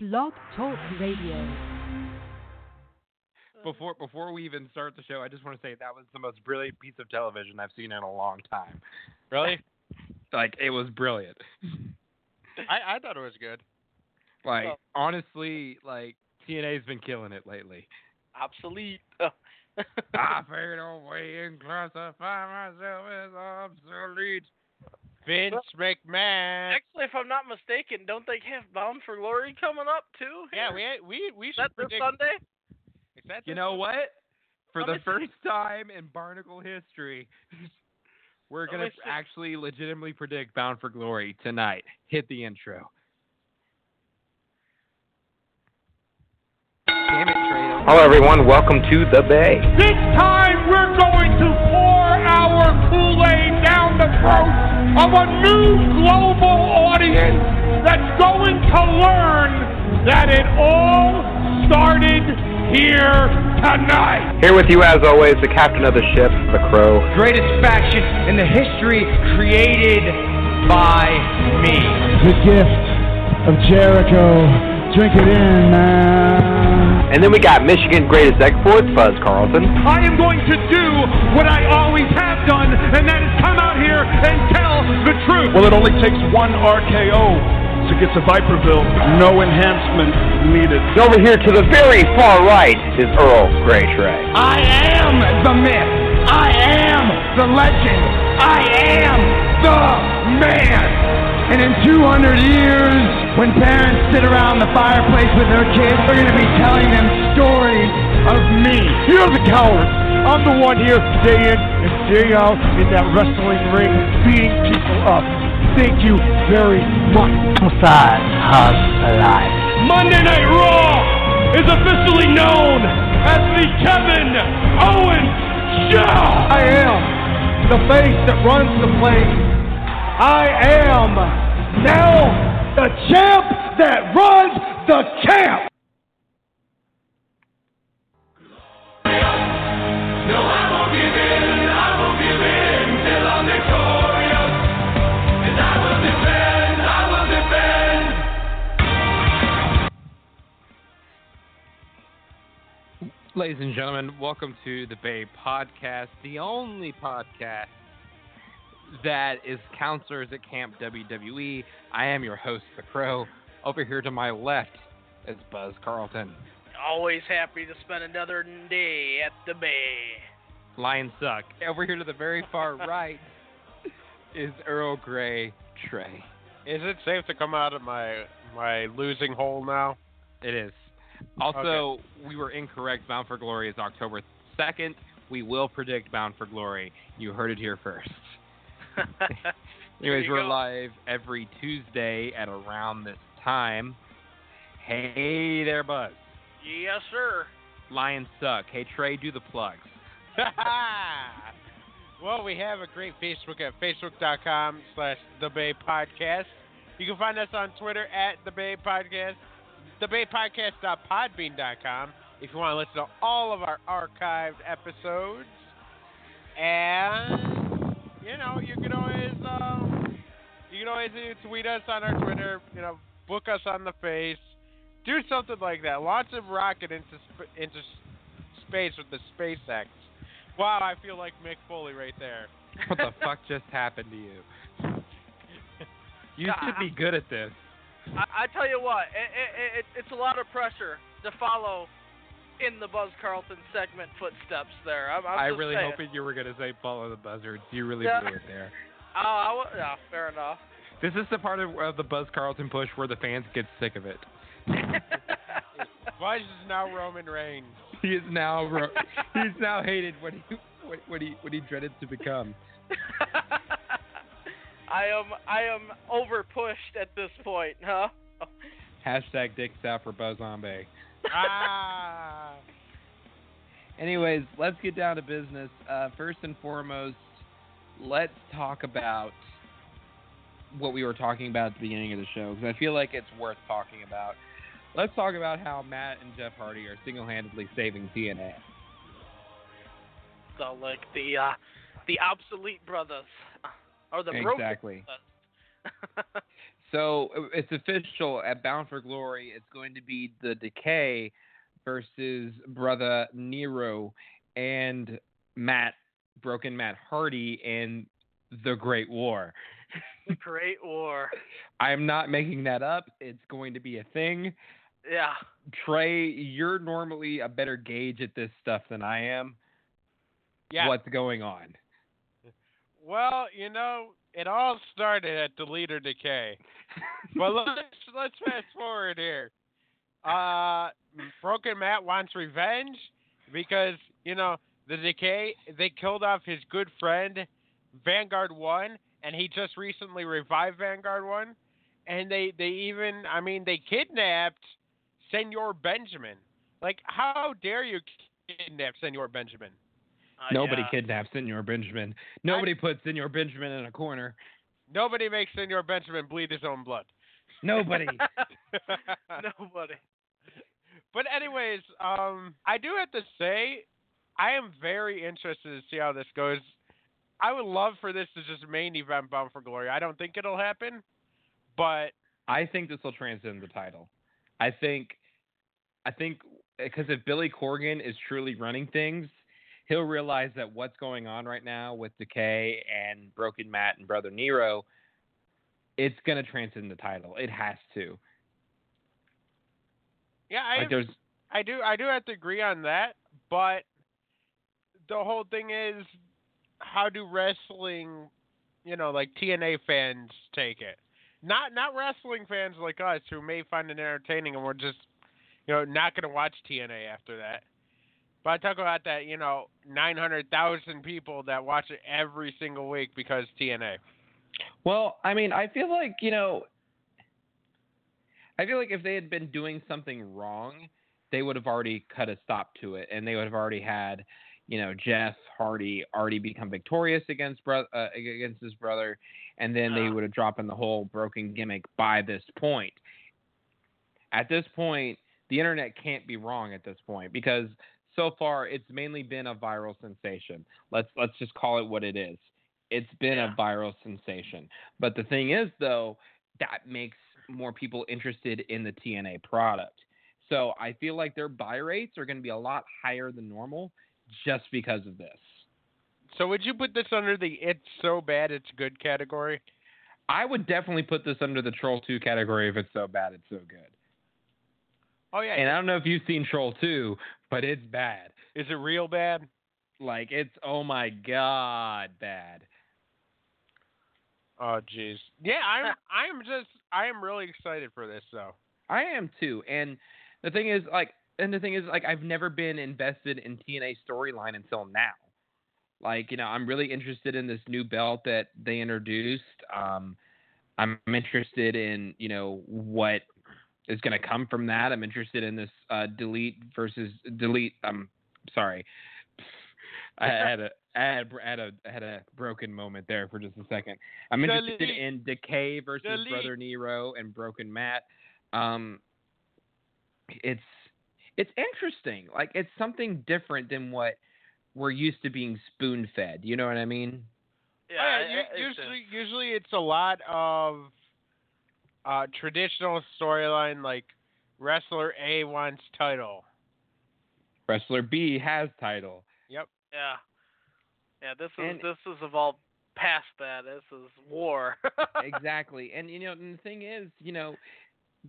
Blog Talk Radio. Before before we even start the show, I just want to say that was the most brilliant piece of television I've seen in a long time. Really? Like it was brilliant. I, I thought it was good. Like Well- honestly, like TNA's been killing it lately. obsolete. I fade away and classify myself as obsolete. Vince McMahon. Actually, if I'm not mistaken, don't they have Bound for Glory coming up too? Yeah, we we we Is should that this predict. Sunday? Is that You this know Sunday? what? For Let the me see. first time in Barnacle history, we're Let gonna me see. actually legitimately predict Bound for Glory tonight. Hit the intro. Damn it, Trey. Hello, everyone. Welcome to the Bay. This time we're going to pour our Kool-Aid down the throat of a new global audience that's going to learn that it all started here tonight. Here with you, as always, the captain of the ship, the Crow. Greatest faction in the history created by me. the gift of Jericho. Drink it in, man. And then we got Michigan greatest export, Buzz Carlson. I am going to do what I always have done, and that is come out here and tell the truth. Well, it only takes one RKO to get to Viperville. No enhancement needed. And over here to the very far right is Earl Grey Trey. I am the myth. I am the legend. I am the man. And in 200 years, when parents sit around the fireplace with their kids, they're going to be telling them stories of me. You're the coward. I'm the one here day in and day out in that wrestling ring beating people up. Thank you very much. Side alive. Monday Night Raw is officially known as the Kevin Owens Show. I am the face that runs the place. I am now the champ that runs the camp. Ladies and gentlemen, welcome to the Bay Podcast, the only podcast that is counselors at Camp WWE. I am your host, The Crow. Over here to my left is Buzz Carlton. Always happy to spend another day at the bay. Lions suck. Over here to the very far right is Earl Grey Trey. Is it safe to come out of my my losing hole now? It is. Also, we were incorrect. Bound for Glory is October 2nd. We will predict Bound for Glory. You heard it here first. Anyways, you we're go. live every Tuesday at around this time. Hey there, Buzz. yes, sir. Lions suck. Hey, Trey, do the plugs. well, we have a great Facebook at facebook.com slash The Bay Podcast. You can find us on Twitter at The Bay Podcast, thebaypodcast.podbean.com if you want to listen to all of our archived episodes. And, you know, you can always, um, you can always uh, tweet us on our Twitter, you know, book us on the face. Do something like that. Launch a rocket into, sp- into s- space with the SpaceX. Wow, I feel like Mick Foley right there. What the fuck just happened to you? You should be good at this. I, I tell you what, it, it, it, it's a lot of pressure to follow in the Buzz Carlton segment footsteps. There, I'm, I'm I just really saying. hoping you were going to say follow the buzzards. You really Yeah. blew it there. Oh, I wa- yeah, fair enough. This is the part of, of the Buzz Carlton push where the fans get sick of it. Budge is now Roman Reigns. He is now ro- he's now hated what he what, what he what he dreaded to become. I am I am over pushed at this point, huh? Hashtag dicks out for Buzz Ombe. Ah. Anyways, let's get down to business. Uh, first and foremost, let's talk about what we were talking about at the beginning of the show because I feel like it's worth talking about. Let's talk about how Matt and Jeff Hardy are single-handedly saving TNA. So like the uh, the obsolete brothers or the broken exactly. brothers. So uh, it's official at Bound for Glory. It's going to be the Decay versus Brother Nero and Matt Broken Matt Hardy and the Great War. The Great War. I'm not making that up. It's going to be a thing. Yeah. Trey, you're normally a better gauge at this stuff than I am. Yeah. What's going on? Well, you know, it all started at the leader decay. but let's let's fast forward here. Uh, Broken Matt wants revenge because you know the decay they killed off his good friend Vanguard One, and he just recently revived Vanguard One, and they they even I mean they kidnapped Senor Benjamin. Like how dare you kidnap Senor Benjamin? Uh, Nobody yeah. kidnaps Senor Benjamin. Nobody puts Senor Benjamin in a corner. Nobody makes Senor Benjamin bleed his own blood. Nobody. Nobody. But anyways, um, I do have to say, I am very interested to see how this goes. I would love for this to just main event Bound for Glory. I don't think it'll happen, but I think this will transcend the title. I think, I think, because if Billy Corgan is truly running things, he'll realize that what's going on right now with Decay and Broken Matt and Brother Nero, it's gonna transcend the title. It has to. yeah, I Like there's I do I do have to agree on that, but the whole thing is how do wrestling, you know, like TNA fans take it? Not not wrestling fans like us who may find it entertaining and we're just, you know, not going to watch TNA after that. But I talk about that, you know, 900,000 people that watch it every single week because TNA. Well, I mean, I feel like, you know, I feel like if they had been doing something wrong, they would have already cut a stop to it and they would have already had, you know, Jeff Hardy already become victorious against bro- uh, against his brother and then they Ah. would have dropped in the whole broken gimmick by this point. At this point, the internet can't be wrong at this point because so far it's mainly been a viral sensation. Let's let's just call it what it is. It's been Yeah. a viral sensation. But the thing is though, that makes more people interested in the TNA product. So I feel like their buy rates are going to be a lot higher than normal just because of this. So would you put this under the it's so bad it's good category? I would definitely put this under the Troll 2 category if it's so bad it's so good. Oh yeah. And I don't know if you've seen Troll 2, but it's bad. is it real bad? Like it's oh my god, bad. Oh jeez. Yeah, I'm I'm just I am really excited for this though. I am too. And the thing is, like, and the thing is, like, I've never been invested in TNA storyline until now. Like, you know, I'm really interested in this new belt that they introduced. Um, I'm interested in, you know, what is going to come from that. I'm interested in this uh, delete versus delete. I'm sorry. I had a I had, I had a I had a broken moment there for just a second. I'm interested Delete. in Decay versus Delete. Brother Nero and Broken Matt. Um, it's it's interesting. Like it's something different than what we're used to being spoon fed. You know what I mean? Yeah. Oh, it- yeah, it- u- it's a- usually usually it's a lot of uh, traditional storyline like wrestler A wants title. Wrestler B has title. Yeah. Yeah, this is And- this is evolved past that. This is war. exactly. And you know, and the thing is, you know,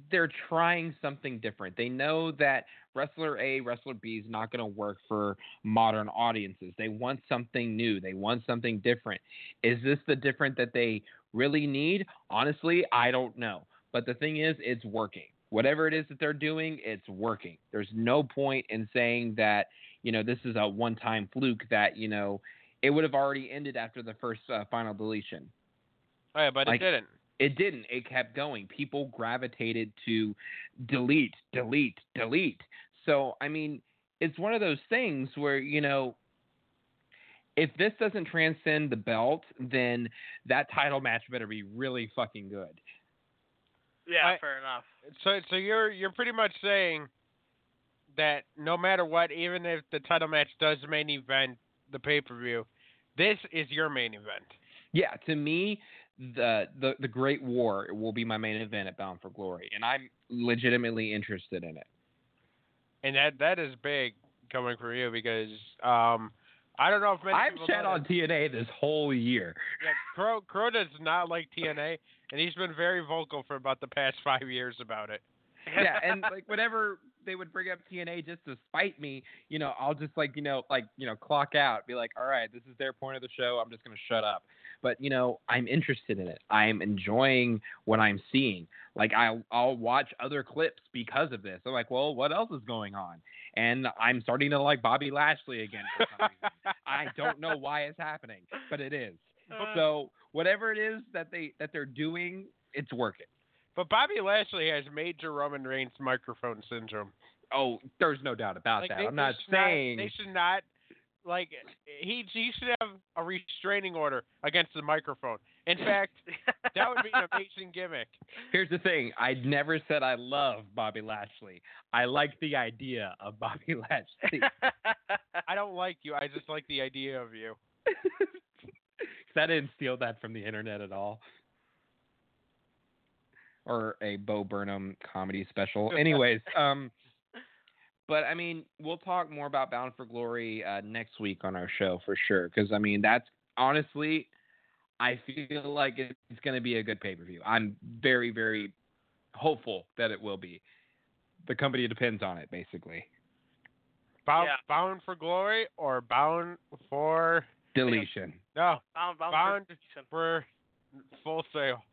they're trying something different. They know that wrestler A, wrestler B is not going to work for modern audiences. They want something new. They want something different. Is this the different that they really need? Honestly, I don't know. But the thing is, it's working. Whatever it is that they're doing, it's working. There's no point in saying that, you know, this is a one time fluke that, you know, it would have already ended after the first uh, final deletion Oh yeah, but Like- it didn't. it didn't. It kept going. People gravitated to delete, delete, delete. So, I mean, it's one of those things where, you know, if this doesn't transcend the belt, then that title match better be really fucking good. yeah, I- fair enough. So so you're you're pretty much saying that no matter what, even if the title match does main event the pay per view, this is your main event. Yeah, to me, the the the Great War will be my main event at Bound for Glory, and I'm legitimately interested in it. And that that is big coming from you because um, I don't know if many I've people sat know on TNA this whole year. this. Yeah, Crow Crow does not like TNA, and he's been very vocal for about the past five years about it. yeah, and like whenever they would bring up TNA just to spite me, you know, I'll just like you know like you know clock out, be like, all right, this is their point of the show. I'm just gonna shut up. But you know, I'm interested in it. I'm enjoying what I'm seeing. Like I I'll watch other clips because of this. I'm like, well, what else is going on? And I'm starting to like Bobby Lashley again for some reason. I don't know why it's happening, but it is. Uh, So whatever it is that they that they're doing, it's working. But Bobby Lashley has major Roman Reigns microphone syndrome. Oh, there's no doubt about Like, that. they- I'm not they should saying they should not. Like he he should have a restraining order against the microphone. In fact, that would be an amazing gimmick. Here's the thing. I never said I love Bobby Lashley. I like the idea of Bobby Lashley. I don't like you. I just like the idea of you. 'Cause I didn't steal that from the internet at all. Or a Bo Burnham comedy special. Anyways, um but I mean, we'll talk more about Bound for Glory uh, next week on our show for sure. Because I mean, that's honestly, I feel like it's going to be a good pay per view. I'm very, very hopeful that it will be. The company depends on it, basically. Bound, Yeah. bound for glory or bound for Deletion. no Bound, bound, Bound. for decent. for full sale.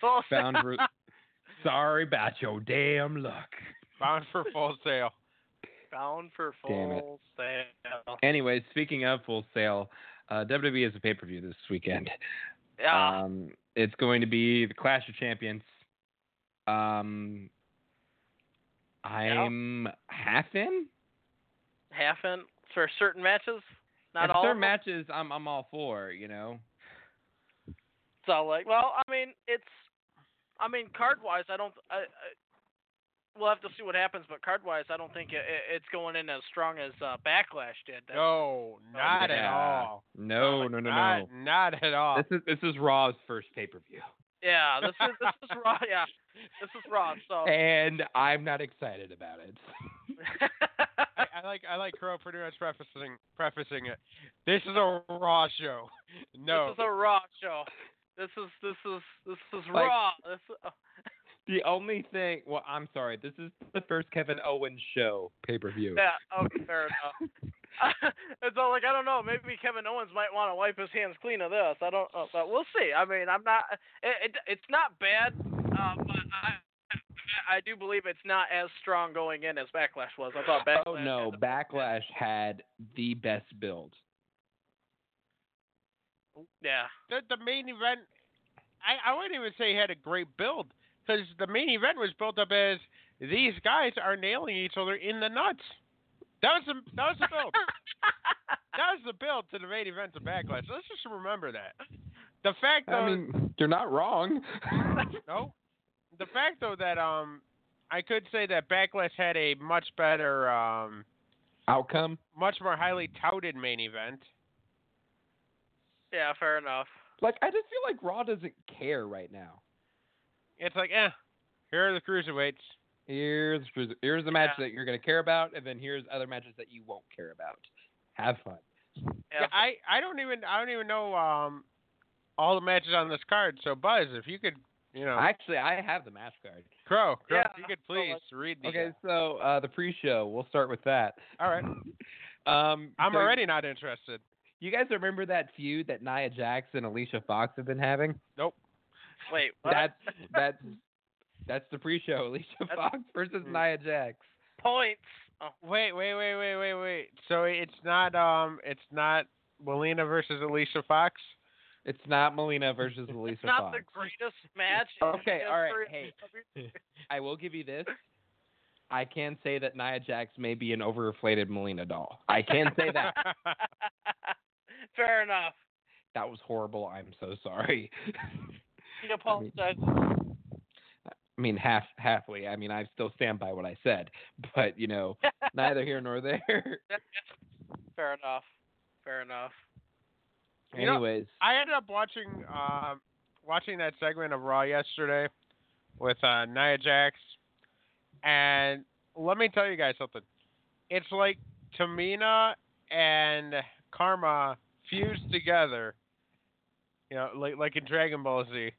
Full- Bound for. Sorry about your damn luck. Bound for full sale. bound for Damn it. Uh, full sale. Anyways, speaking of full sale, uh, WWE is a pay per view this weekend. Yeah. Um, it's going to be the Clash of Champions. Um, I'm half in. half in for certain matches. Not If all. their of them. matches, I'm I'm all for. You know, It's all like, well, I mean, it's, I mean, card wise, I don't. I, I, we'll have to see what happens, but card wise, I don't think it, it, it's going in as strong as uh, Backlash did. That's- No, not at Yeah. all. Oh no, no, no, not, no. Not at all. This is this is Raw's first pay per view, Yeah, this is this is raw. Yeah, this is raw. So. and I'm not excited about it. I, I like I like Crow pretty much prefacing prefacing it. This is a raw show. No, This is a raw show. This is this is this is Like- raw. This uh, The only thing, well, I'm sorry, this is the first Kevin Owens show pay per view. yeah, okay, fair enough. it's all like I don't know. Maybe Kevin Owens might want to wipe his hands clean of this. I don't know, but we'll see. I mean, I'm not. It, it it's not bad, uh, but I I do believe it's not as strong going in as Backlash was. I thought Backlash. Oh no, had the- Backlash had the best build. Yeah. the, the main event. I I wouldn't even say had a great build because the main event was built up as these guys are nailing each other in the nuts. That was the that was the build. that was the build to the main event to Backlash. Let's just remember that. The fact Uh, though, I mean, you're not wrong. no, the fact though that um, I could say that Backlash had a much better um, Outcome. much more highly touted main event. Yeah. Fair enough. Like I just feel like Raw doesn't care right now. It's like, eh, here are the cruiserweights. Here's here's the match Yeah. that you're gonna care about, and then here's other matches that you won't care about. Have fun. Yeah. I I don't even I don't even know um all the matches on this card. So Buzz, if you could, you Oh. know, Actually, I have the match card. Crow, Crow, Yeah, if you could I'll please let- read the. Okay, so uh, the pre-show. We'll start with that. All right. Um, I'm so already not interested. You guys remember that feud that Nia Jax and Alicia Fox have been having? Wait. What? That's that's that's the pre-show. Alicia That's- Mm. Fox versus Nia Jax. points. Oh. Wait, wait, wait, wait, wait, wait. So it's not um it's not Melina versus Alicia Fox. It's not Melina versus Alicia It's not Fox. the greatest match. in Okay, all right, history. I will give you this. I can say that Nia Jax may be an overinflated Melina doll. I can say that. Fair enough. that was horrible. I'm so sorry. He apologized. I mean, half halfway. I mean, I still stand by what I said, but you know, neither here nor there. Fair enough. Fair enough. You know, Anyways, I ended up watching um watching that segment of Raw yesterday with uh, Nia Jax, and let me tell you guys something. It's like Tamina and Karma fused together. You know, like like in Dragon Ball Z,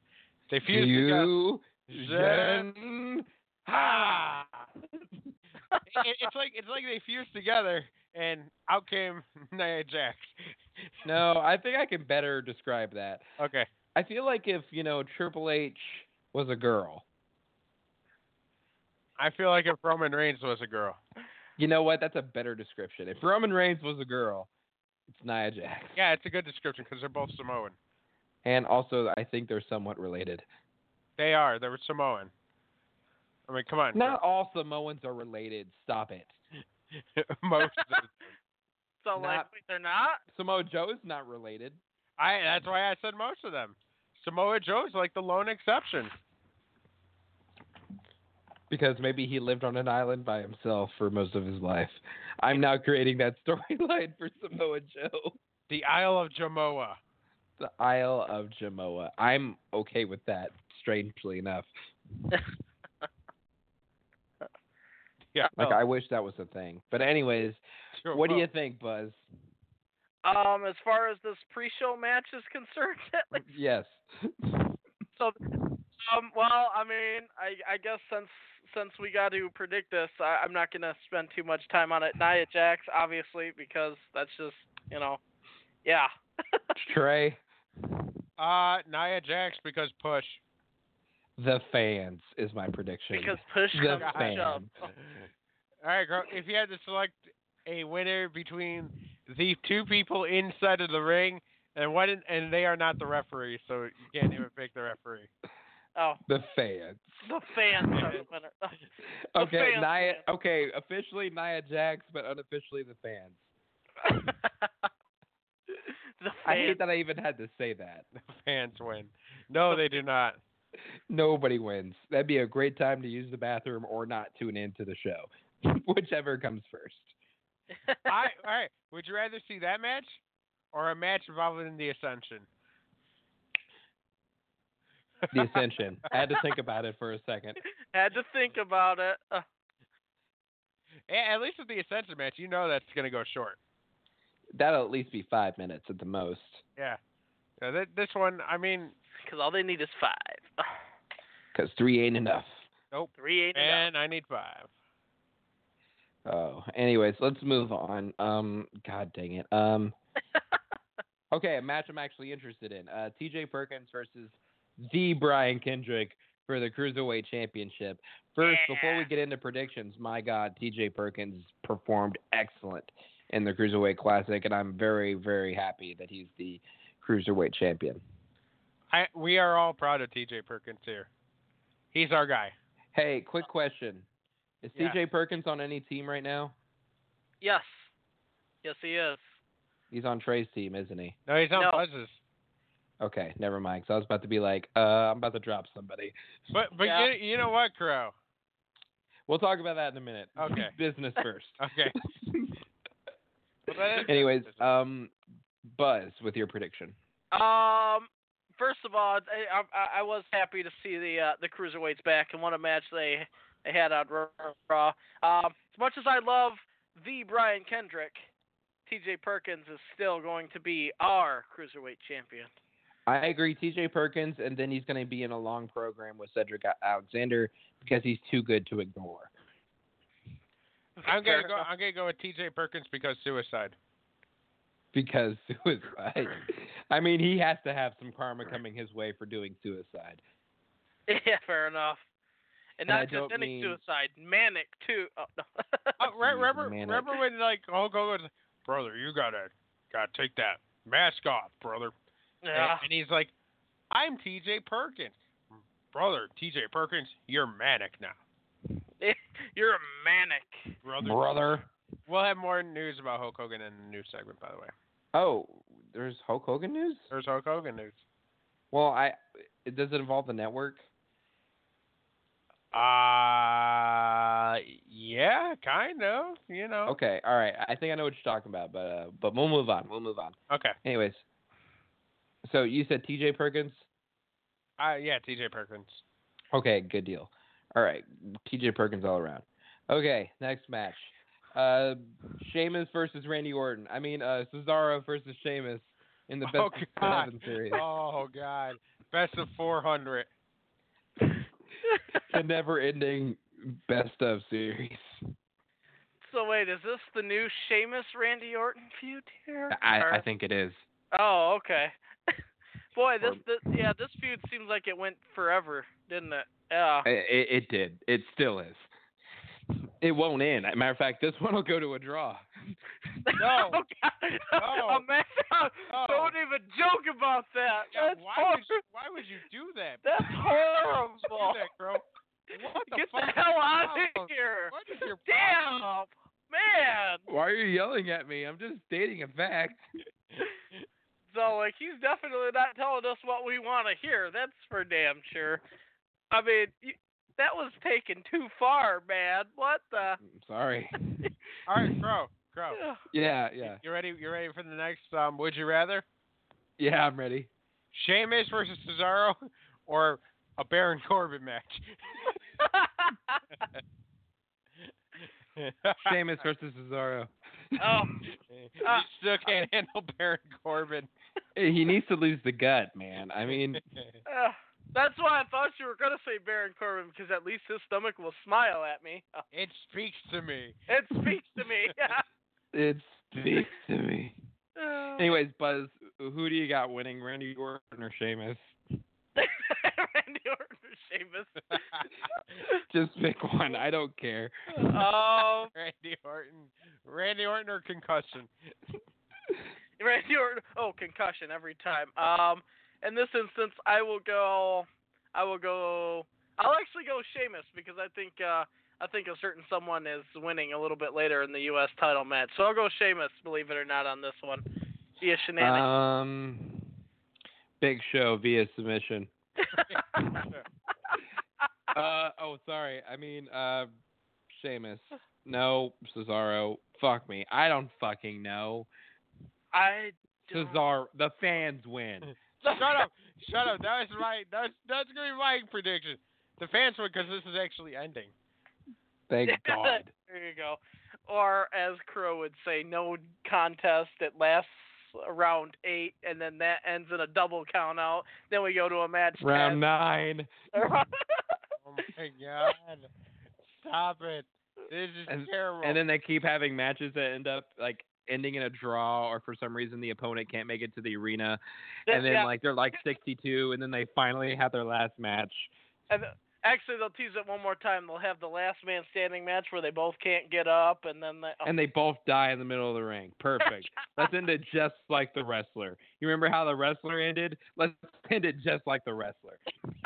they fused together. You, Zen- Zen- Ha! It- it's like it's like they fused together, and out came Nia Jax. No, I think I can better describe that. Okay. I feel like if you know Triple H was a girl, I feel like if Roman Reigns was a girl. you know what? That's a better description. If Roman Reigns was a girl, it's Nia Jax. Yeah, it's a good description because they're both Samoan. And also, I think they're somewhat related. They are. They were Samoan. I mean, come on. Not all Samoans are related. Stop it. Most. of them. So like, Not- wait, they're not. Samoa Joe's not related. I. That's why I said most of them. Samoa Joe's like the lone exception. because maybe he lived on an island by himself for most of his life. I'm now creating that storyline for Samoa Joe. The Isle of Jamoa. The Isle of Jamoa. I'm okay with that, strangely enough. Yeah. Like I wish that was a thing. But anyways, Jamoa. what do you think, Buzz? Um, as far as this pre-show match is concerned, at least. Yes. Mm. So, um, well, I mean, I, I guess since since we got to predict this, I, I'm not gonna spend too much time on it. Nia Jax, obviously, because that's just you know, yeah. Trey, Uh, Nia Jax because push. the fans is my prediction. because push the comes to shove. fans. All right, girl. If you had to select a winner between the two people inside of the ring, and what, and they are not the referee, so you can't even pick the referee. Oh, The fans. the fans are the winner. The Okay, fans. Nia okay, officially Nia Jax, but unofficially the fans. the I hate fans. that I even had to say that. Fans win. No, they do not. Nobody wins. That'd be a great time to use the bathroom or not tune into the show, whichever comes first. I, all right. Would you rather see that match or a match involving the Ascension? The Ascension. I had to think about it for a second. Had to think about it. Uh, A- At least with the Ascension match, you know that's going to go short. That'll at least be five minutes at the most. Yeah. So th- this one, I mean, 'cause all they need is five. Ugh, Because three ain't enough. Three eight. and man, I need five. Oh, anyways, let's move on. Um, God dang it. Um, up. okay, a match I'm actually interested in. Uh, T.J. Perkins versus the Brian Kendrick for the Cruiserweight Championship. First, before we Yeah. get into predictions, my God, T.J. Perkins performed excellent in the Cruiserweight Classic, and I'm very, very happy that he's the Cruiserweight Champion. I, we are all proud of TJ Perkins here. He's our guy. Hey, quick question: Is Yeah. T.J. Perkins on any team right now? yes. Yes, he is. He's on Trey's team, isn't he? No, he's on No. buzzes. Okay, never mind. So I was about to be like, uh, I'm about to drop somebody. But but Yeah. you, you know what, Crow? We'll talk about that in a minute. Okay. Business first. Okay. Well, that is- Anyways, um, Buzz with your prediction. Um, first of all, I, I, I was happy to see the uh, the cruiserweights back and what a match they they had on Raw. Um, as much as I love the Brian Kendrick, T.J. Perkins is still going to be our cruiserweight champion. I agree, T.J. Perkins, and then he's going to be in a long program with Cedric A- Alexander because he's too good to ignore. I'm Fair gonna go. enough. I'm gonna go with TJ Perkins because suicide. Because suicide. I mean, he has to have some karma coming his way for doing suicide. yeah, fair enough. And And not I just don't any mean- suicide, manic too. Oh, no. Uh, re- He's remember, manic. remember when like Hulk Hogan, brother, you gotta, gotta take that mask off, brother. And- yeah. And, he's like, I'm T.J. Perkins, brother. T.J. Perkins, you're manic now, You're a manic. brother. Brother. We'll have more news about Hulk Hogan in the news segment, by the way. Oh, there's Hulk Hogan news? There's Hulk Hogan news. Well, I it does it involve the network? Uh, yeah, kind of. You know. Okay, all right. I think I know what you're talking about, but uh, but we'll move on. We'll move on. Okay. Anyways, so you said T.J. Perkins. Uh, yeah, T.J. Perkins. Okay, good deal. All right, T.J. Perkins all around. Okay, next match: uh, Sheamus versus Randy Orton. I mean, uh, Cesaro versus Sheamus in the best Oh, of God. seven series. Oh God, best of 400. the never-ending best of series. So wait, is this the new Sheamus Randy Orton feud here? I, I Or- think it is. Oh, okay. Boy, this, Or- this yeah, this feud seems like it went forever, didn't it? Yeah. It, it, it did. It still is. It won't end. Matter of fact, this one will go to a draw. No. oh, God. No. Oh, man, No. don't even joke about that. Yeah, That's why hor- would you, why would you do that? That's horrible. Do that, bro. What the Get fuck? the hell out is your of here. problem? What is your problem? Damn, man. Why are you yelling at me? I'm just stating a fact. So like he's definitely not telling us what we want to hear. That's for damn sure. I mean, you, that was taken too far, man. What the? Oh, I'm sorry. All right, bro, bro. Yeah, yeah, You ready? You ready for the next? Um, would you rather? yeah. I'm ready. Sheamus versus Cesaro, or a Baron Corbin match? Sheamus versus Cesaro. oh, you uh, still can't handle Baron Corbin. He needs to lose the gut, man. I mean, uh, that's why I thought you were gonna say Baron Corbin because at least his stomach will smile at me. it speaks to me. It speaks to me. it speaks to me. Anyways, Buzz, who do you got winning, Randy Orton or Sheamus? Randy Orton or Sheamus. Just pick one. I don't care. Um, Randy Orton, Randy Orton or concussion? Randy Orton. Oh, concussion every time. Um, in this instance, I will go. I will go. I'll actually go Sheamus because I think uh, I think a certain someone is winning a little bit later in the U.S. title match. So I'll go Sheamus. Believe it or not, on this one. Yeah, shenanigans. Um, Big Show via submission. Uh, oh, sorry. I mean, uh, Sheamus. No, Cesaro. Fuck me. I don't fucking know. I. don't- Cesaro. The fans win. Shut up! Shut up! That was my that's that's gonna be my prediction. The fans would because this is actually ending. Thank God. there you go. Or as Crow would say, no contest. It lasts around eight, and then that ends in a double count out. Then we go to a match. Round nine. Oh my god! Stop it! This is And- terrible. And then they keep having matches that end up like ending in a draw, or for some reason the opponent can't make it to the arena, and then Yeah. like they're like 62, and then they finally have their last match. And actually, they'll tease it one more time. They'll have the last man standing match where they both can't get up, and then they, and they both die in the middle of the ring. Perfect. Let's end it just like the wrestler. You remember how the wrestler ended? Let's end it just like the wrestler.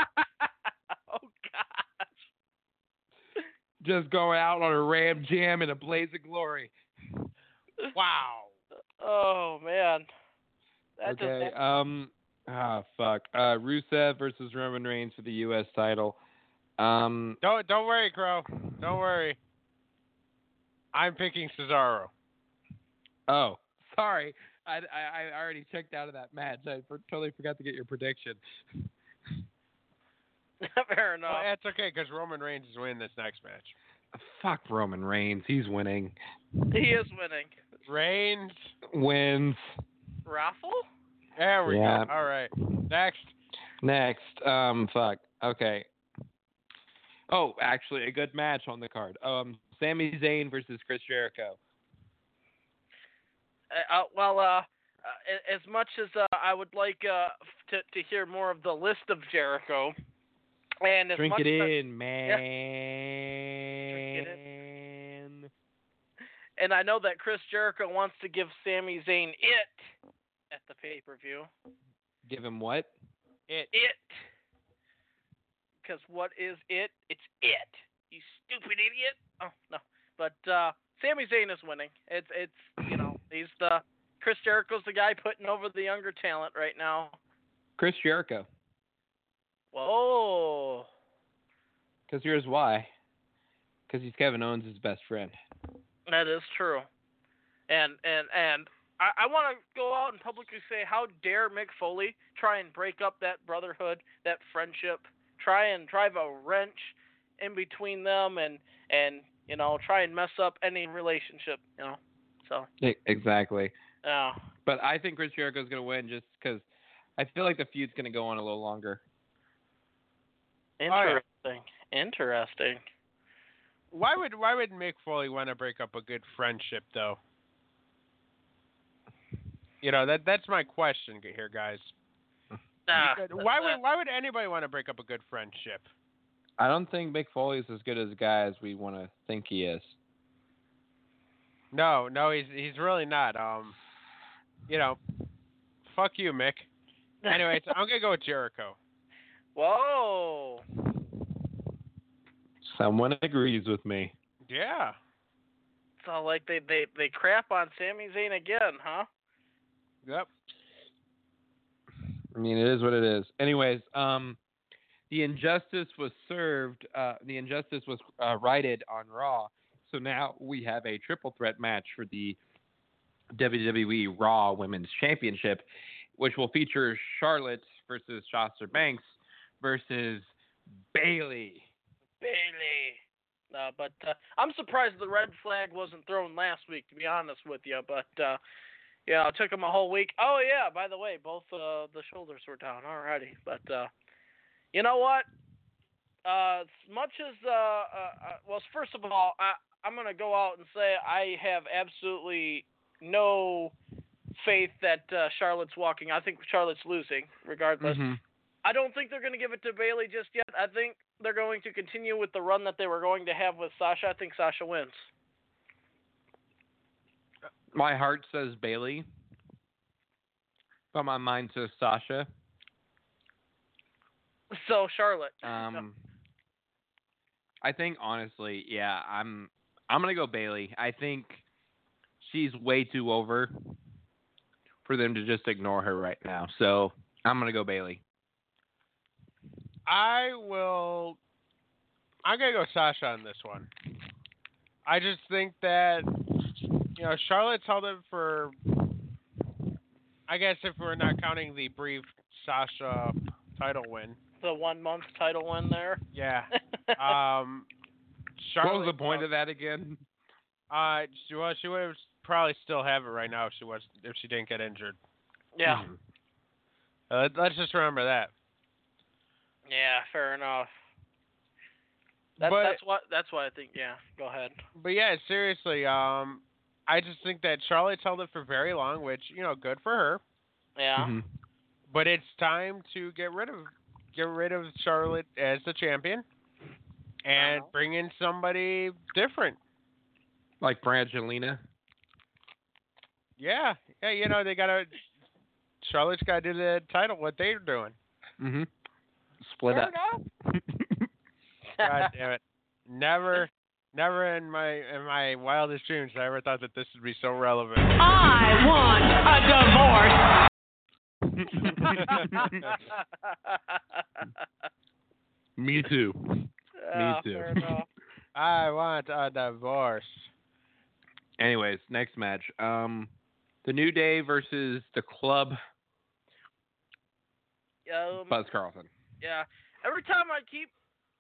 oh gosh, Just go out on a ram jam in a blaze of glory. wow! oh man, that okay. just Um. Ah, fuck. Uh, Rusev versus Roman Reigns for the U.S. title. Um. Don't don't worry, Crow. Don't worry. I'm picking Cesaro. Oh, sorry. I, I, I already checked out of that match. I for, totally forgot to get your prediction. fair uh, No, enough. that's okay because Roman Reigns is winning this next match. Fuck Roman Reigns. He's winning. He is winning. Reigns. Wins. Raffle? There we Yeah. go. All right. Next. Next, um, fuck. Okay. Oh, actually, a good match on the card. Um, Sami Zayn versus Chris Jericho. Uh, uh, well, uh, uh, a- as much as uh, I would like uh, f- to to hear more of the list of Jericho, and as Drink much it as- in, man. Drink and I know that Chris Jericho wants to give Sami Zayn it at the pay per view. Give him what? It. it. Because what is it? It's it. You stupid idiot. Oh no. But uh Sami Zayn is winning. It's it's you know he's the Chris Jericho's the guy putting over the younger talent right now. Chris Jericho. Whoa. Because here's why. Because he's Kevin Owens' best friend. That is true. And and and I, I want to go out and publicly say, how dare Mick Foley try and break up that brotherhood, that friendship, try and drive a wrench in between them, and and you know try and mess up any relationship, you know. So, E- Exactly. uh, But I think Chris Jericho's going to win just because I feel like the feud's going to go on a little longer. yeah. interesting, interesting. Why would why would Mick Foley want to break up a good friendship though? You know that that's my question g- here, guys. Nah, Why would why would anybody want to break up a good friendship? I don't think Mick Foley is as good as a guy as we want to think he is. No, no, he's he's really not. Um, you know, fuck you, Mick. Anyways, I'm gonna go with Jericho. Whoa. Someone agrees with me. Yeah. So like they they they crap on Sami Zayn again, huh? Yep. I mean, it is what it is. Anyways, um, the injustice was served. Uh, the injustice was uh, righted on Raw. So now we have a triple threat match for the WWE Raw Women's Championship, which will feature Charlotte versus Shasta Banks versus Bailey. Bailey. No, but uh, I'm surprised the red flag wasn't thrown last week. To be honest with you, but uh, yeah, it took them a whole week. Oh yeah, by the way, both uh, the shoulders were down already. But uh, you know what? Uh, as much as uh, uh, uh, well, first of all, I, I'm gonna go out and say I have absolutely no faith that uh, Charlotte's walking. I think Charlotte's losing, regardless. I don't think they're going to give it to Bailey just yet. I think they're going to continue with the run that they were going to have with Sasha. I think Sasha wins. My heart says Bailey, but my mind says Sasha. So Charlotte. Um, I think honestly, yeah, I'm I'm gonna go Bailey. I think she's way too over for them to just ignore her right now. So I'm gonna go Bailey. I will. I'm gonna go Sasha on this one. I just think that you know Charlotte's held it for. I guess if we're not counting the brief Sasha title win, the one month title win there. yeah. Um, Charlotte, what was the point of that again? Uh, she, well, she would have probably still have it right now if she was if she didn't get injured. yeah. hmm. Uh, let's just remember that. Yeah. Fair enough. That's But- that's what that's why I think. Yeah. Go ahead. But yeah, seriously, um, I just think that Charlotte's held it for very long, which you know, good for her. Yeah. Mhm. But it's time to get rid of get rid of Charlotte as the champion and Uh-huh. bring in somebody different. Like Brangelina. Yeah, yeah, you know they gotta. Charlotte's gotta do the title what they're doing. Mm-hmm. Split Fair up. God damn it! Never, never in my in my wildest dreams I ever thought that this would be so relevant. I want a divorce. Me too. Yeah, too. Fair enough. I want a divorce. Anyways, next match. Um, the New Day versus the Club. Um, Buzz Carlson. Yeah. Every time I keep,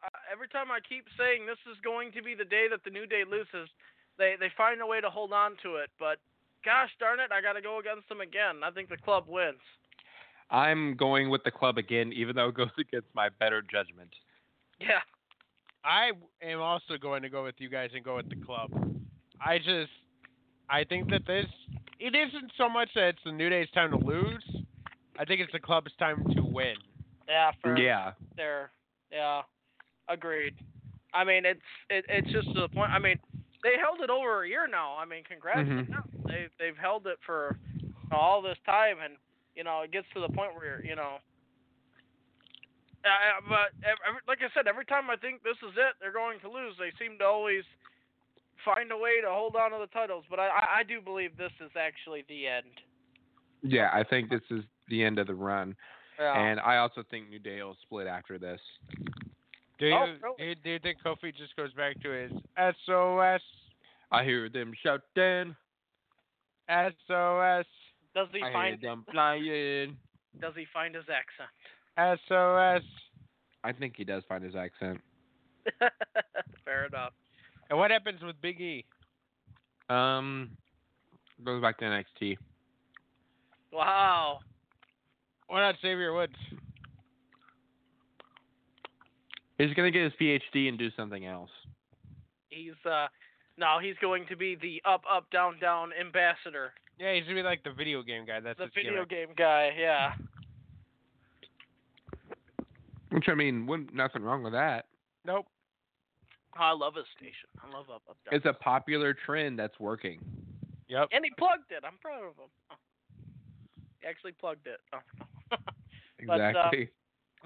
uh, every time I keep saying this is going to be the day that the New Day loses, they they find a way to hold on to it. But gosh darn it, I got to go against them again. I think the club wins. I'm going with the Club again, even though it goes against my better judgment. Yeah. I am also going to go with you guys and go with the club. I just, I think that this, it isn't so much that it's the New Day's time to lose. I think it's the club's time to win. Yeah. For Yeah. there. Yeah. Agreed. I mean, it's it, it's just to the point. I mean, they held it over a year now. I mean, congrats Mhm. to them. They they've held it for all this time, and you know it gets to the point where you know. Uh, but ev every, like I said, every time I think this is it, they're going to lose. They seem to always find a way to hold on to the titles. But I, I, I do believe this is actually the end. Yeah, I think this is the end of the run, Yeah. and I also think New Day will split after this. Do you, Oh, really? do, you, do you think Kofi just goes back to his SOS? I hear them shouting, SOS. Does he I find hate them flying. Does he find his accent? SOS. I think he does find his accent. Fair enough. And what happens with Big E? Um, goes back to NXT. Wow. Why not Xavier Woods? He's gonna get his PhD and do something else. He's uh no, he's going to be the up up down down ambassador. Yeah, he should be like the video game guy. That's The his video gimmick. game guy, yeah. Which I mean, wouldn't nothing wrong with that. Nope. I love his station. I love up up down. It's a popular trend that's working. Yep. and he plugged it. I'm proud of him. Oh. He actually plugged it. Oh. But, uh, Exactly.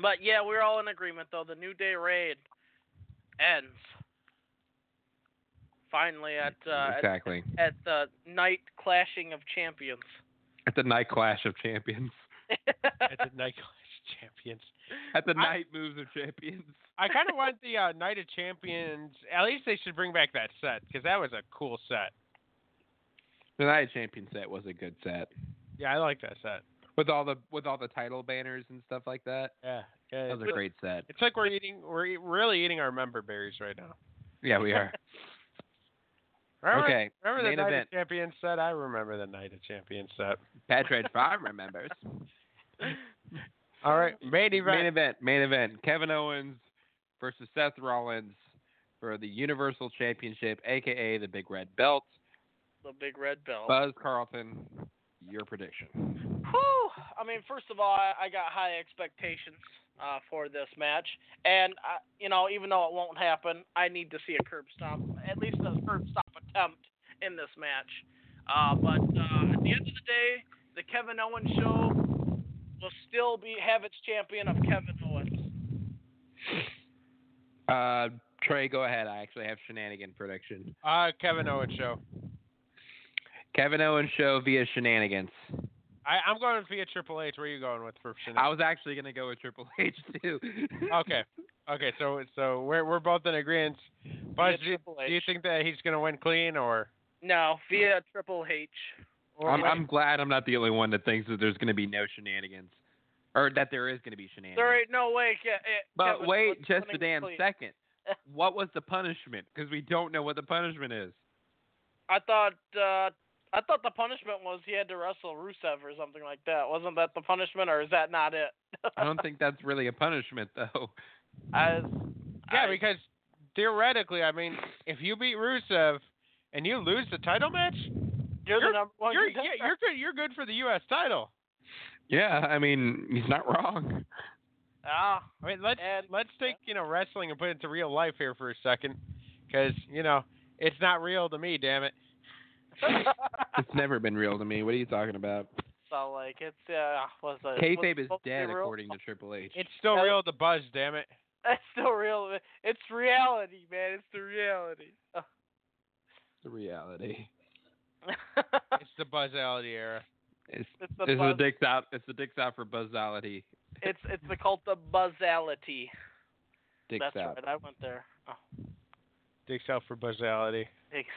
but yeah, we're all in agreement though. The New Day raid ends finally at uh, at- exactly. at, the night clashing of champions. At the night clash of champions. At the Night Clash Champions. At the I- night moves of champions. I kind of want the uh, Night of Champions. At least they should bring back that set because that was a cool set. The night of champions set was a good set Yeah, I like that set. with all the with all the title banners and stuff like that. Yeah. yeah That it's, was a great set. it's like we're eating. We're eat, really eating our member berries right now. Yeah, we are. Remember, Okay, Remember the main Night event. of Champions set? I remember the Night of Champions set. Patrick Farm remembers. All right, main event. Main event, main event. Kevin Owens versus Seth Rollins for the Universal Championship, aka the Big Red Belt. The big red belt. Buzz Carlton, your prediction. Whew. I mean, first of all, I, I got high expectations uh, for this match, and I, you know, even though it won't happen, I need to see a curb stomp, at least a curb stomp attempt in this match. Uh, but uh, at the end of the day, the Kevin Owens show will still be have its champion of Kevin Owens. Uh, Trey, go ahead. I actually have shenanigan prediction. Uh, Kevin Owens show. Kevin Owens show via shenanigans. I, I'm going via Triple H. Where are you going with for Shane? I was actually gonna go with Triple H too. Okay, okay. So so we're we're both in agreement. But via do, Triple do you H. think that he's going to win clean or? No, via Triple H. or I'm, I'm glad I'm not the only one that thinks that there's gonna be no shenanigans, or that there is gonna be shenanigans. There ain't no way. Ke- eh, But Kevin wait Owens just a winning damn clean. second. What was the punishment? Because we don't know what the punishment is. I thought uh I thought the punishment was he had to wrestle Rusev or something like that. Wasn't that the punishment or is that not it? I don't think that's really a punishment though. I, yeah, I- because theoretically, I mean, if you beat Rusev and you lose the title match, you're, you're- the number one you're yeah, contender. you're good. You're good for the U.S. title. Yeah, I mean he's not wrong. Ah, I mean, let's And- let's take you know wrestling and put it into real life here for a second, because you know it's not real to me. Damn it. It's never been real to me. What are you talking about? so like it's uh was it Kayfabe is was it dead real? according to Triple H. It's still Uh, real to Buzz. Damn it. That's still real. It's reality, man. It's the reality. the reality. It's the Buzzality era. It's, it's the this is buzz, the dicks out. It's the dicks out for buzzality. it's it's the cult of buzzality. Dicks That's out. right. I went there. Oh, Dicks out for Buzzality. thanks.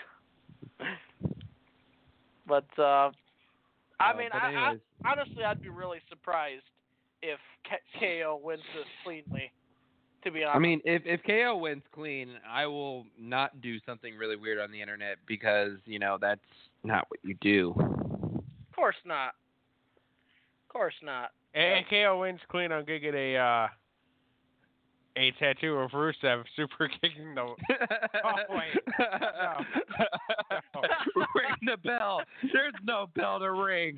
but uh I Uh, mean but I, I anyways, honestly, I'd be really surprised if K- KO wins this cleanly. To be honest, I mean, if if KO wins clean, I will not do something really weird on the internet because you know that's not what you do. of course not. Of course not. And KO wins clean. I'm gonna get a uh, a tattoo of Rusev super kicking the. wait. No. Ring the bell. There's no bell to ring.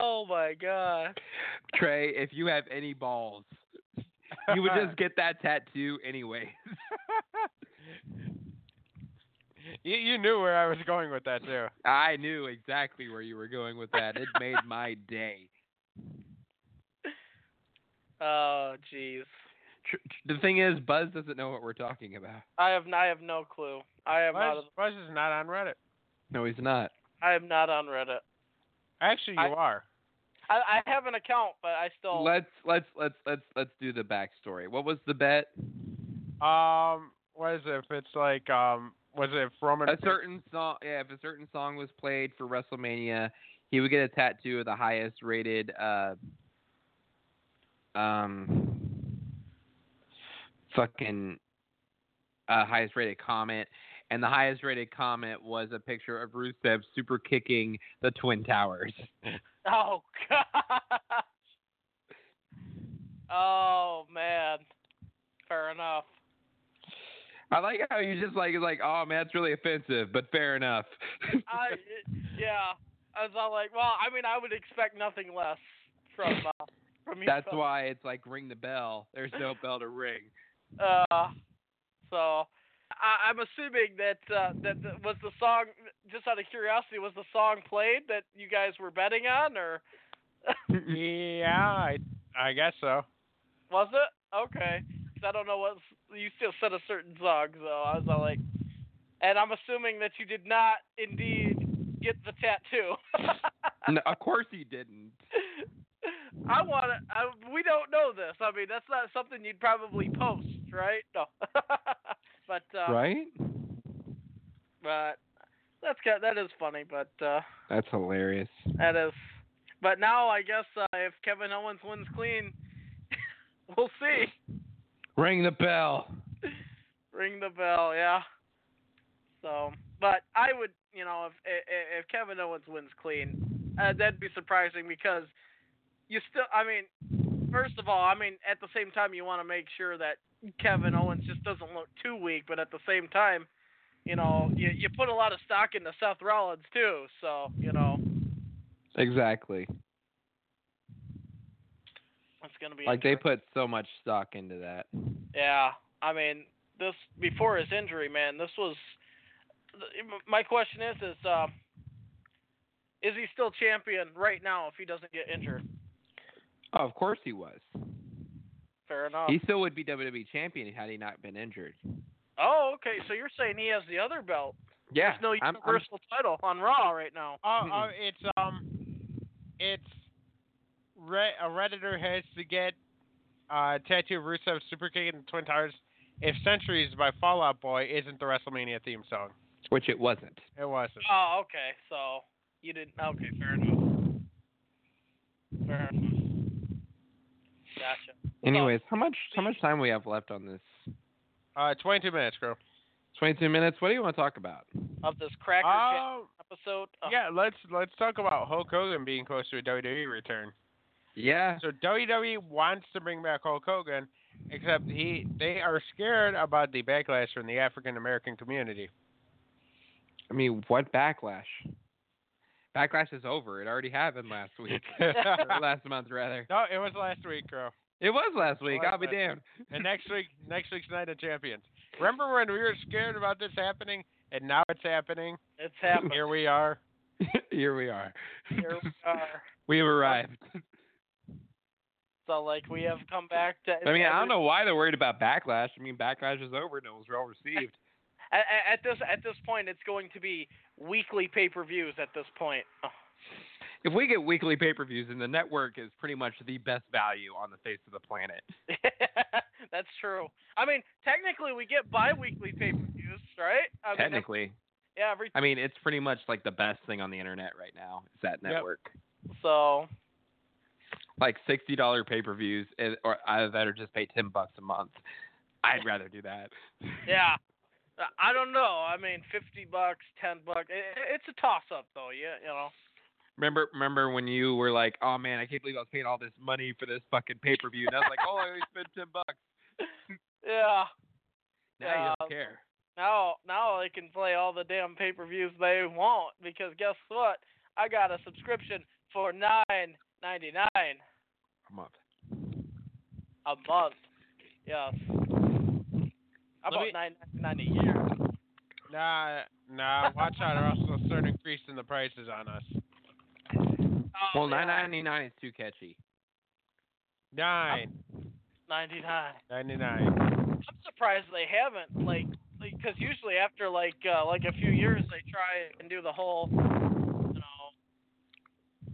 Oh my god. Trey, if you have any balls, you would just get that tattoo anyway. You, you knew where I was going with that too. I knew exactly where you were going with that. It made my day. Oh jeez. Tr- tr- The thing is, Buzz doesn't know what we're talking about. I have I have no clue. I am Buzz, not. Buzz is not on Reddit. No, he's not. I am not on Reddit. Actually, you I- are. I, I have an account, but I still. Let's let's let's let's let's do the backstory. What was the bet? Um, what is it? If it's like um, was it from an a certain song yeah if a certain song was played for wrestlemania he would get a tattoo of the highest rated uh um fucking uh highest rated comment and the highest rated comment was a picture of Rusev super kicking the Twin Towers. Oh gosh. Oh man. Fair enough. I like how you just like is like, oh man, that's really offensive, but fair enough. I yeah. I was all like, well, I mean, I would expect nothing less from uh, from you. that's fellas. why it's like ring the bell. There's no bell to ring. Uh, so I, I'm assuming that uh, that that was the song. Just out of curiosity, was the song played that you guys were betting on, or yeah, I, I guess so. was it? Okay, 'Cause I don't know what you still said a certain song, so I was all like, and I'm assuming that you did not indeed get the tattoo. No, of course he didn't. I want to. I, we don't know this. I mean, that's not something you'd probably post, right? No. but uh, Right? But that's ki- that is funny. But uh, That's hilarious. that is. But now I guess uh, if Kevin Owens wins clean, we'll see. Ring the bell. Ring the bell, yeah. So, but I would, you know, if if, if Kevin Owens wins clean, uh, that'd be surprising because you still, I mean, first of all, I mean, at the same time, you want to make sure that Kevin Owens just doesn't look too weak, but at the same time, you know, you you put a lot of stock into Seth Rollins too, so you know, Exactly. it's gonna be Like they put so much stock into that. Yeah, I mean, this before his injury, man. This was th- my question is is um, is he still champion right now if he doesn't get injured? Oh, of course he was. Fair enough. He still would be WWE champion had he not been injured. oh, okay. So you're saying he has the other belt? Yeah. There's no I'm- I'm- universal title on Raw right now. Uh, uh, it's um, it's re- a redditor has to get uh tattoo of Rusev super kick and Twin Towers if Centuries by Fallout Boy isn't the WrestleMania theme song. which it wasn't. It wasn't. Oh, okay. So you didn't. Okay, fair enough. Fair enough. Gotcha. Anyways, how much how much time we have left on this? Uh, 22 minutes, girl. Twenty two minutes. What do you want to talk about? Of this Cracker Jack Um, episode. Oh, yeah, let's let's talk about Hulk Hogan being close to a WWE return. Yeah. So WWE wants to bring back Hulk Hogan, except he they are scared about the backlash from the African American community. I mean, what backlash? Backlash is over. It already happened last week. Or last month rather. No, it was last week, girl. It was last week. Last I'll be month. damned. And next week, next week's night of champions. Remember when we were scared about this happening, and now it's happening. it's happened. Here we are. Here we are. Here we are. We've arrived. So like we have come back to. I mean, I don't know why they're worried about backlash. I mean, backlash is over and it was well received. At, at- at this at this point, it's going to be weekly pay per views. At this point, Ugh. If we get weekly pay per views, then the network is pretty much the best value on the face of the planet. that's true. I mean, technically, we get bi weekly pay per views, right? I mean, that's- Technically, yeah. Every I mean, it's pretty much like the best thing on the internet right now. Is that network so like sixty dollar pay per views, or I better just pay ten bucks a month. I'd rather do that. yeah. I- I don't know. I mean, fifty bucks, ten bucks. It, it- it's a toss up though. Yeah, you know. Remember, remember when you were like, "Oh man, I can't believe I was paying all this money for this fucking pay per view," and I was like, "Oh, I only spent ten bucks." Yeah. Now you Yeah. don't care. Now now they can play all the damn pay per views they want because guess what? I got a subscription for nine ninety nine. A month. A month. Yes. How about me- nine ninety nine a year? Nah, nah. Watch out, or else they'll start increasing the prices on us. Well, Oh, yeah. nine ninety nine is too catchy. Nine 99. ninety nine. I'm surprised they haven't like because usually after like uh, like a few years they try and do the whole you know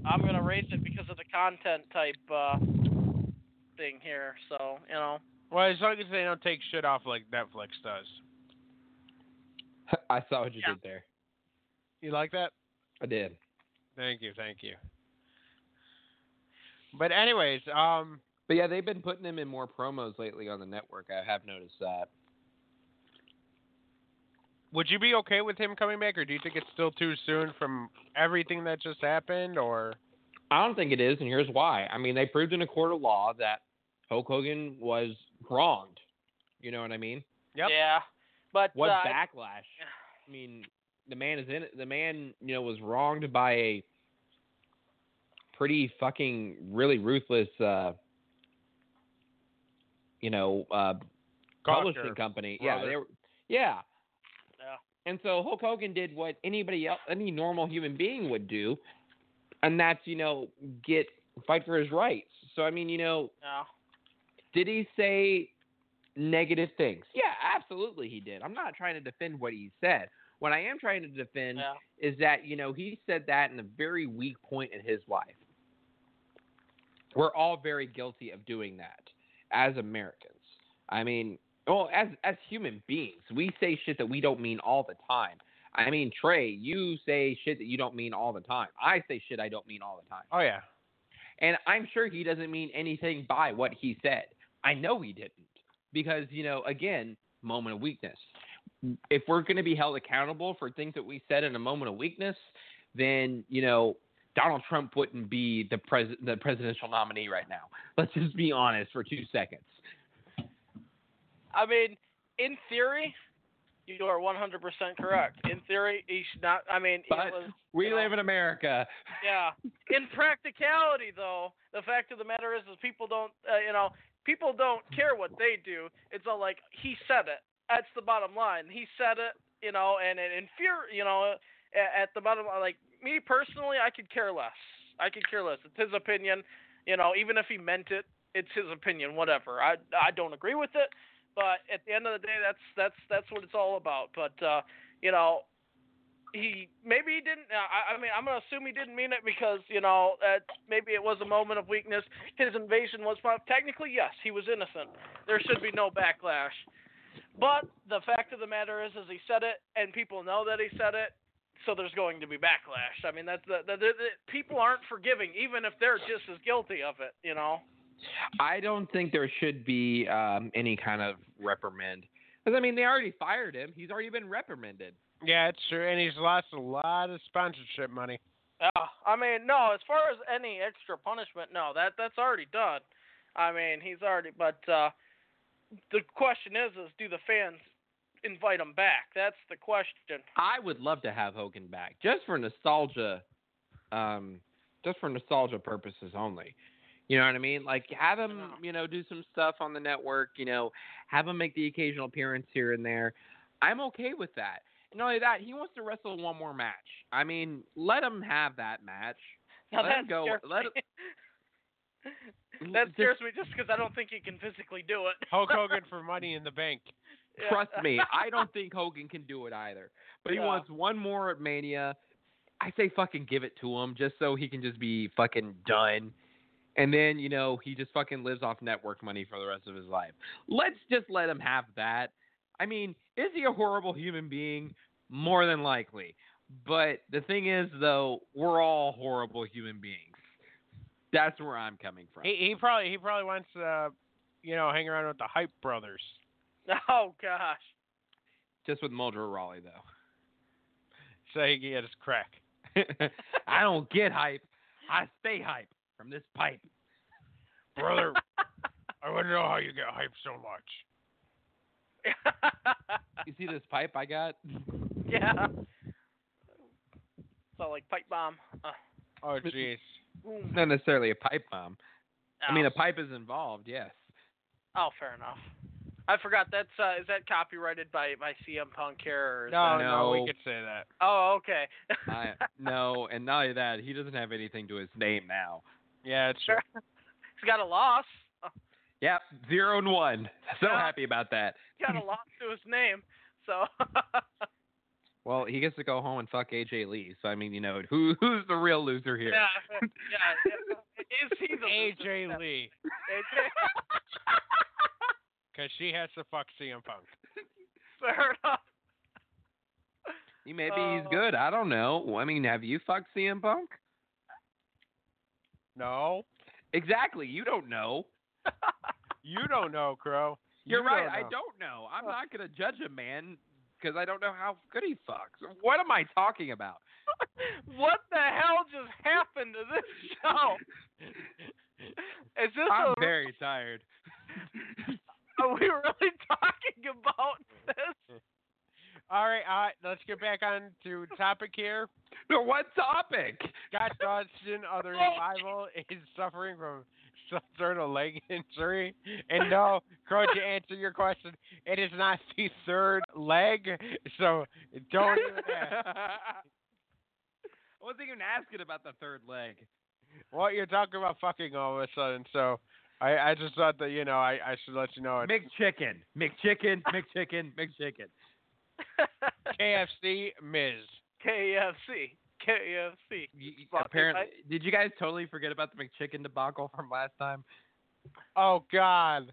I'm gonna raise it because of the content type uh, thing here. So you know Well, as long as they don't take shit off like Netflix does. I saw what you Yeah. did there. You like that? I did. Thank you, thank you. But anyways, um, But yeah, they've been putting him in more promos lately on the network. I have noticed that. would you be okay with him coming back, or do you think it's still too soon from everything that just happened? Or I don't think it is, and here's why. I mean, they proved in a court of law that Hulk Hogan was wronged. You know what I mean? Yep. Yeah. But What uh, backlash? I mean, the man is in. The man, you know, was wronged by a pretty fucking really ruthless, uh, you know, uh, publishing Gawker. company. Yeah, brother. they were, yeah. Yeah. And so Hulk Hogan did what anybody else, any normal human being would do, and that's you know get fight for his rights. So I mean, you know, no. did he say negative things? Yeah, absolutely he did. I'm not trying to defend what he said. What I am trying to defend Yeah. is that you know he said that in a very weak point in his life. We're all very guilty of doing that as Americans. I mean, well, as as human beings, we say shit that we don't mean all the time. I mean, Trey, you say shit that you don't mean all the time. I say shit I don't mean all the time. oh yeah, And I'm sure he doesn't mean anything by what he said. I know he didn't. Because, you know, again, moment of weakness. If we're going to be held accountable for things that we said in a moment of weakness, then, you know, Donald Trump wouldn't be the pres- the presidential nominee right now. Let's just be honest for 2 seconds. I mean, in theory, you are 100% correct. In theory, he should not. I mean, But it was, we you know, live in America. yeah. In practicality, though, the fact of the matter is, is people don't, uh, you know, people don't care what they do. It's all like he said it. That's the bottom line. He said it, you know, and it infuri you know, a- at the bottom, like me personally, I could care less. I could care less. It's his opinion, you know. Even if he meant it, it's his opinion. Whatever. I I don't agree with it, but at the end of the day, that's that's that's what it's all about. But uh, you know, he maybe he didn't. uh, I, I mean, I'm gonna assume he didn't mean it because you know uh, maybe it was a moment of weakness. His invasion was prob- technically yes, he was innocent. There should be no backlash. But the fact of the matter is, is he said it, and people know that he said it, so there's going to be backlash. I mean, that's the, the, the, the people aren't forgiving, even if they're just as guilty of it. You know. I don't think there should be um, any kind of reprimand. Because, I mean, they already fired him. He's already been reprimanded. yeah, it's true, and he's lost a lot of sponsorship money. Yeah, Ah, I mean, no. As far as any extra punishment, no. That that's already done. I mean, he's already. But uh, the question is, is do the fans invite him back? That's the question. I would love to have Hogan back just for nostalgia, um, just for nostalgia purposes only. You know what I mean? Like have him, you know, do some stuff on the network. You know, have him make the occasional appearance here and there. I'm okay with that. And not only that, he wants to wrestle one more match. I mean, let him have that match. Now Let him that go- scares let me. him- that Just scares me just because I don't think he can physically do it. Hulk Hogan for Money in the Bank. Yeah. Trust me, I don't think Hogan can do it either. But he Yeah. wants one more at Mania. I say fucking give it to him just so he can just be fucking done. And then, you know, he just fucking lives off network money for the rest of his life. Let's just let him have that. I mean, is he a horrible human being? More than likely. But the thing is, though, we're all horrible human beings. That's where I'm coming from. He he probably he probably wants to, uh, you know, hang around with the Hype Brothers. Oh gosh. Just with Muldrow Raleigh, though. So he can get his crack. I don't get hype. I stay hype from this pipe. Brother, I want to know how you get hyped so much. You see this pipe I got? yeah. So like pipe bomb. Uh, Oh jeez. boom. Not necessarily a pipe bomb. I mean, Ow. a pipe is involved, yes. Oh, fair enough. I forgot that's uh, is that copyrighted by by CM Punk here? Or is No, that- no, No. we could say that. that- Oh, okay. I, no, and not only that, he doesn't have anything to his name now. Yeah, it's true. He's got a loss. Uh, Yep, zero and one. So Yeah. happy about that. He's got a loss to his name. So Well, he gets to go home and fuck AJ Lee. So I mean, you know, who who's the real loser here? yeah, yeah. Is he the AJ Lee, AJ? because she has to fuck CM Punk. fair enough. He maybe he's Uh, good. I don't know. I mean, have you fucked CM Punk? No, Exactly. You don't know. you don't know, Crow. You're You right. I don't know. don't know. I'm not gonna judge a man because I don't know how good he fucks. What am I talking about? what the hell just happened to this show? Is this I'm a, very tired. are we really talking about this? All right, all right. Let's get back on to topic here. No, what topic? Scott Dodson of the revival is suffering from some sort of leg injury. And no, Crow, to answer your question, it is not the third leg, so don't do that. I wasn't even asking about the third leg. Well, you're talking about fucking all of a sudden, so I, I just thought that, you know, I, I should let you know it. McChicken, McChicken, McChicken, McChicken. KFC Miz. KFC. KFC. You, you- Fuck, apparently, did you guys totally forget about the McChicken debacle from last time? Oh, uh. God.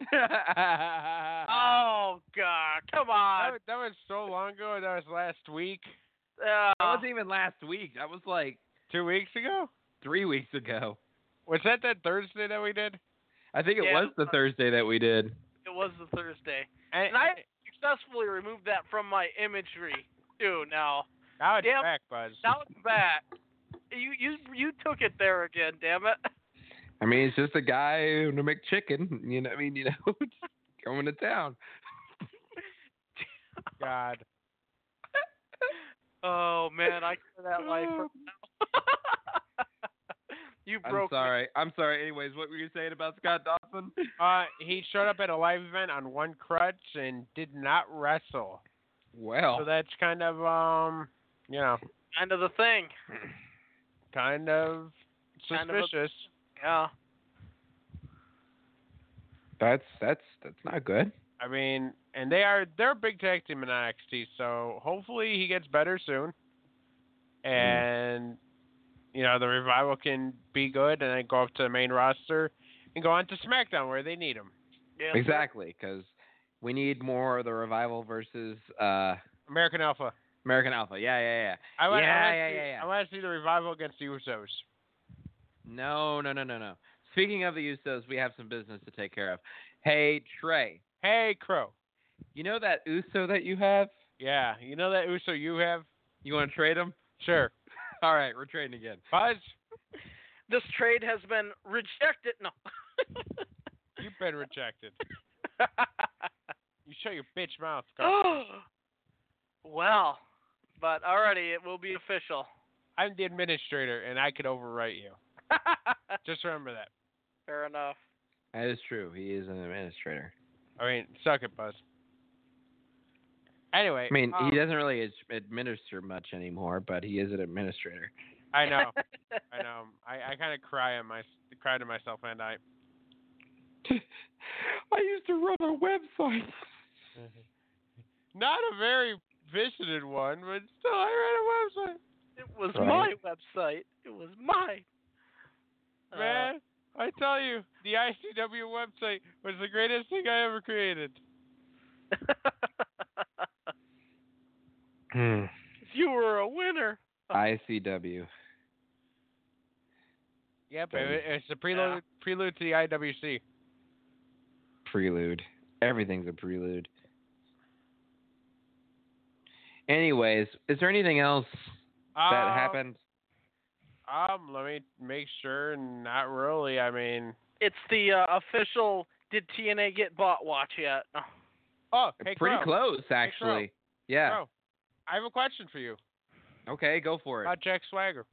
Oh god, come That, on. was- that was so long ago. That was last week. Uh, that wasn't even last week. That was like Two weeks ago? three weeks ago. Was that that Thursday that we did? I think it Yeah. was the Thursday that we did. it was the Thursday. And, And I successfully removed that from my imagery too now. now it's Damn. back, Buzz. Now it's back. You you you took it there again, damn it. I mean, it's just a guy in a McChicken. You know, I mean, you know, just going to town. God. Oh man, I clear that life right now. you I'm broke me. sorry. I'm sorry. Anyways, what were you saying about Scott Dawson? Uh, he showed up at a live event on one crutch and did not wrestle. Well, Oh. So that's kind of um, you know, End of the thing. kind of Kind of a- suspicious. Yeah. that's that's that's not good. I mean, and they are they're a big tag team in NXT, so hopefully he gets better soon. And you know, the revival can be good and then go up to the main roster and go on to SmackDown where they need him. yeah. Exactly, because we need more of the revival versus uh, American Alpha. American Alpha. Yeah, yeah, yeah. I want, Yeah, I want yeah, to see, yeah, yeah. I want to see the revival against the Usos. No, no, no, no, no. Speaking of the Usos, we have some business to take care of. Hey Trey, Hey, Crow. you know that Uso that you have? Yeah, you know that Uso you have? You want to trade him? Sure. All right, we're trading again. Buzz, This trade has been rejected. No. you've been rejected. You shut your bitch mouth. Carl. well, but already it will be official. I'm the administrator, and I could overwrite you. Just remember that. Fair enough. That is true. He is an administrator. I mean, suck it, Buzz. Anyway, I mean, um, he doesn't really ad- administer much anymore, but he is an administrator. I know, I know. I, I kind of cry at my cry to myself at night. I used to run a website. Not a very visited one, but still, I ran a website. It was Right. my website. It was mine. Uh, Man, I tell you, the ICW website was the greatest thing I ever created. Hmm. you were a winner. ICW. Yep, it- it's the prelude prelude to the IWC. prelude. Everything's a prelude. Anyways, is there anything else that Um, happened? Um, let me make sure. Not really. I mean, It's the uh, official. Did TNA get bought? Watch yet? No. oh, hey, Pretty Crow, close, actually. yeah. Crow, I have a question for you Okay, go for it. about Jack Swagger.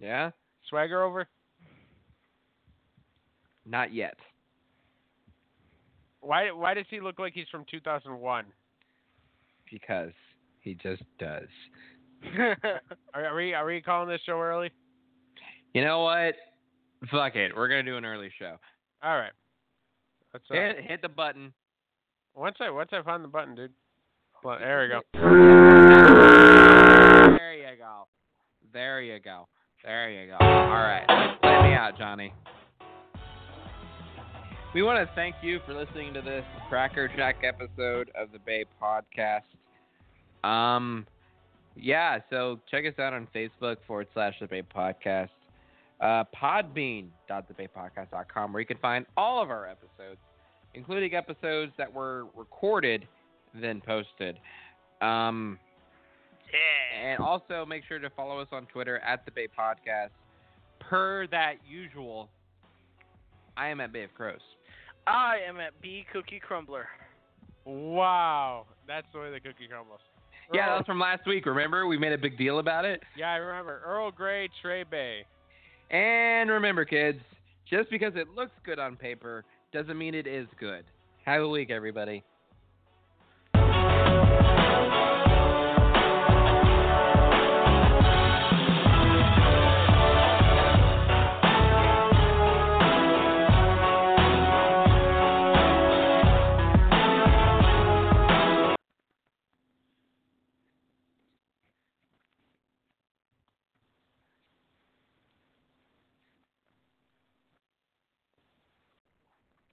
yeah. Swagger over. Not yet. Why? Why does he look like he's from 2001? Because he just does. Are, are we? Are we calling this show early? You know what? Fuck it. We're gonna do an early show. All right. That's uh, Hit, hit the button. once I once I find the button, dude. Well, there we go. There you go. There you go. There you go. All right. Let me out, Johnny. We want to thank you for listening to this Cracker Jack episode of the Bay Podcast. Um, Yeah, so check us out on Facebook forward slash The Bay Podcast, uh, podbean.thebaypodcast.com, where you can find all of our episodes, including episodes that were recorded then posted. Um, Yeah. and also make sure to follow us on Twitter at The Bay Podcast. Per that usual, I am at Bay of Crows. I am at B Cookie Crumbler. Wow, that's the way the cookie crumbles. Yeah, that Earl- was from last week. Remember, we made a big deal about it. yeah, I remember Earl Grey Trey Bay. And remember, kids, just because it looks good on paper doesn't mean it is good. Have a week, everybody.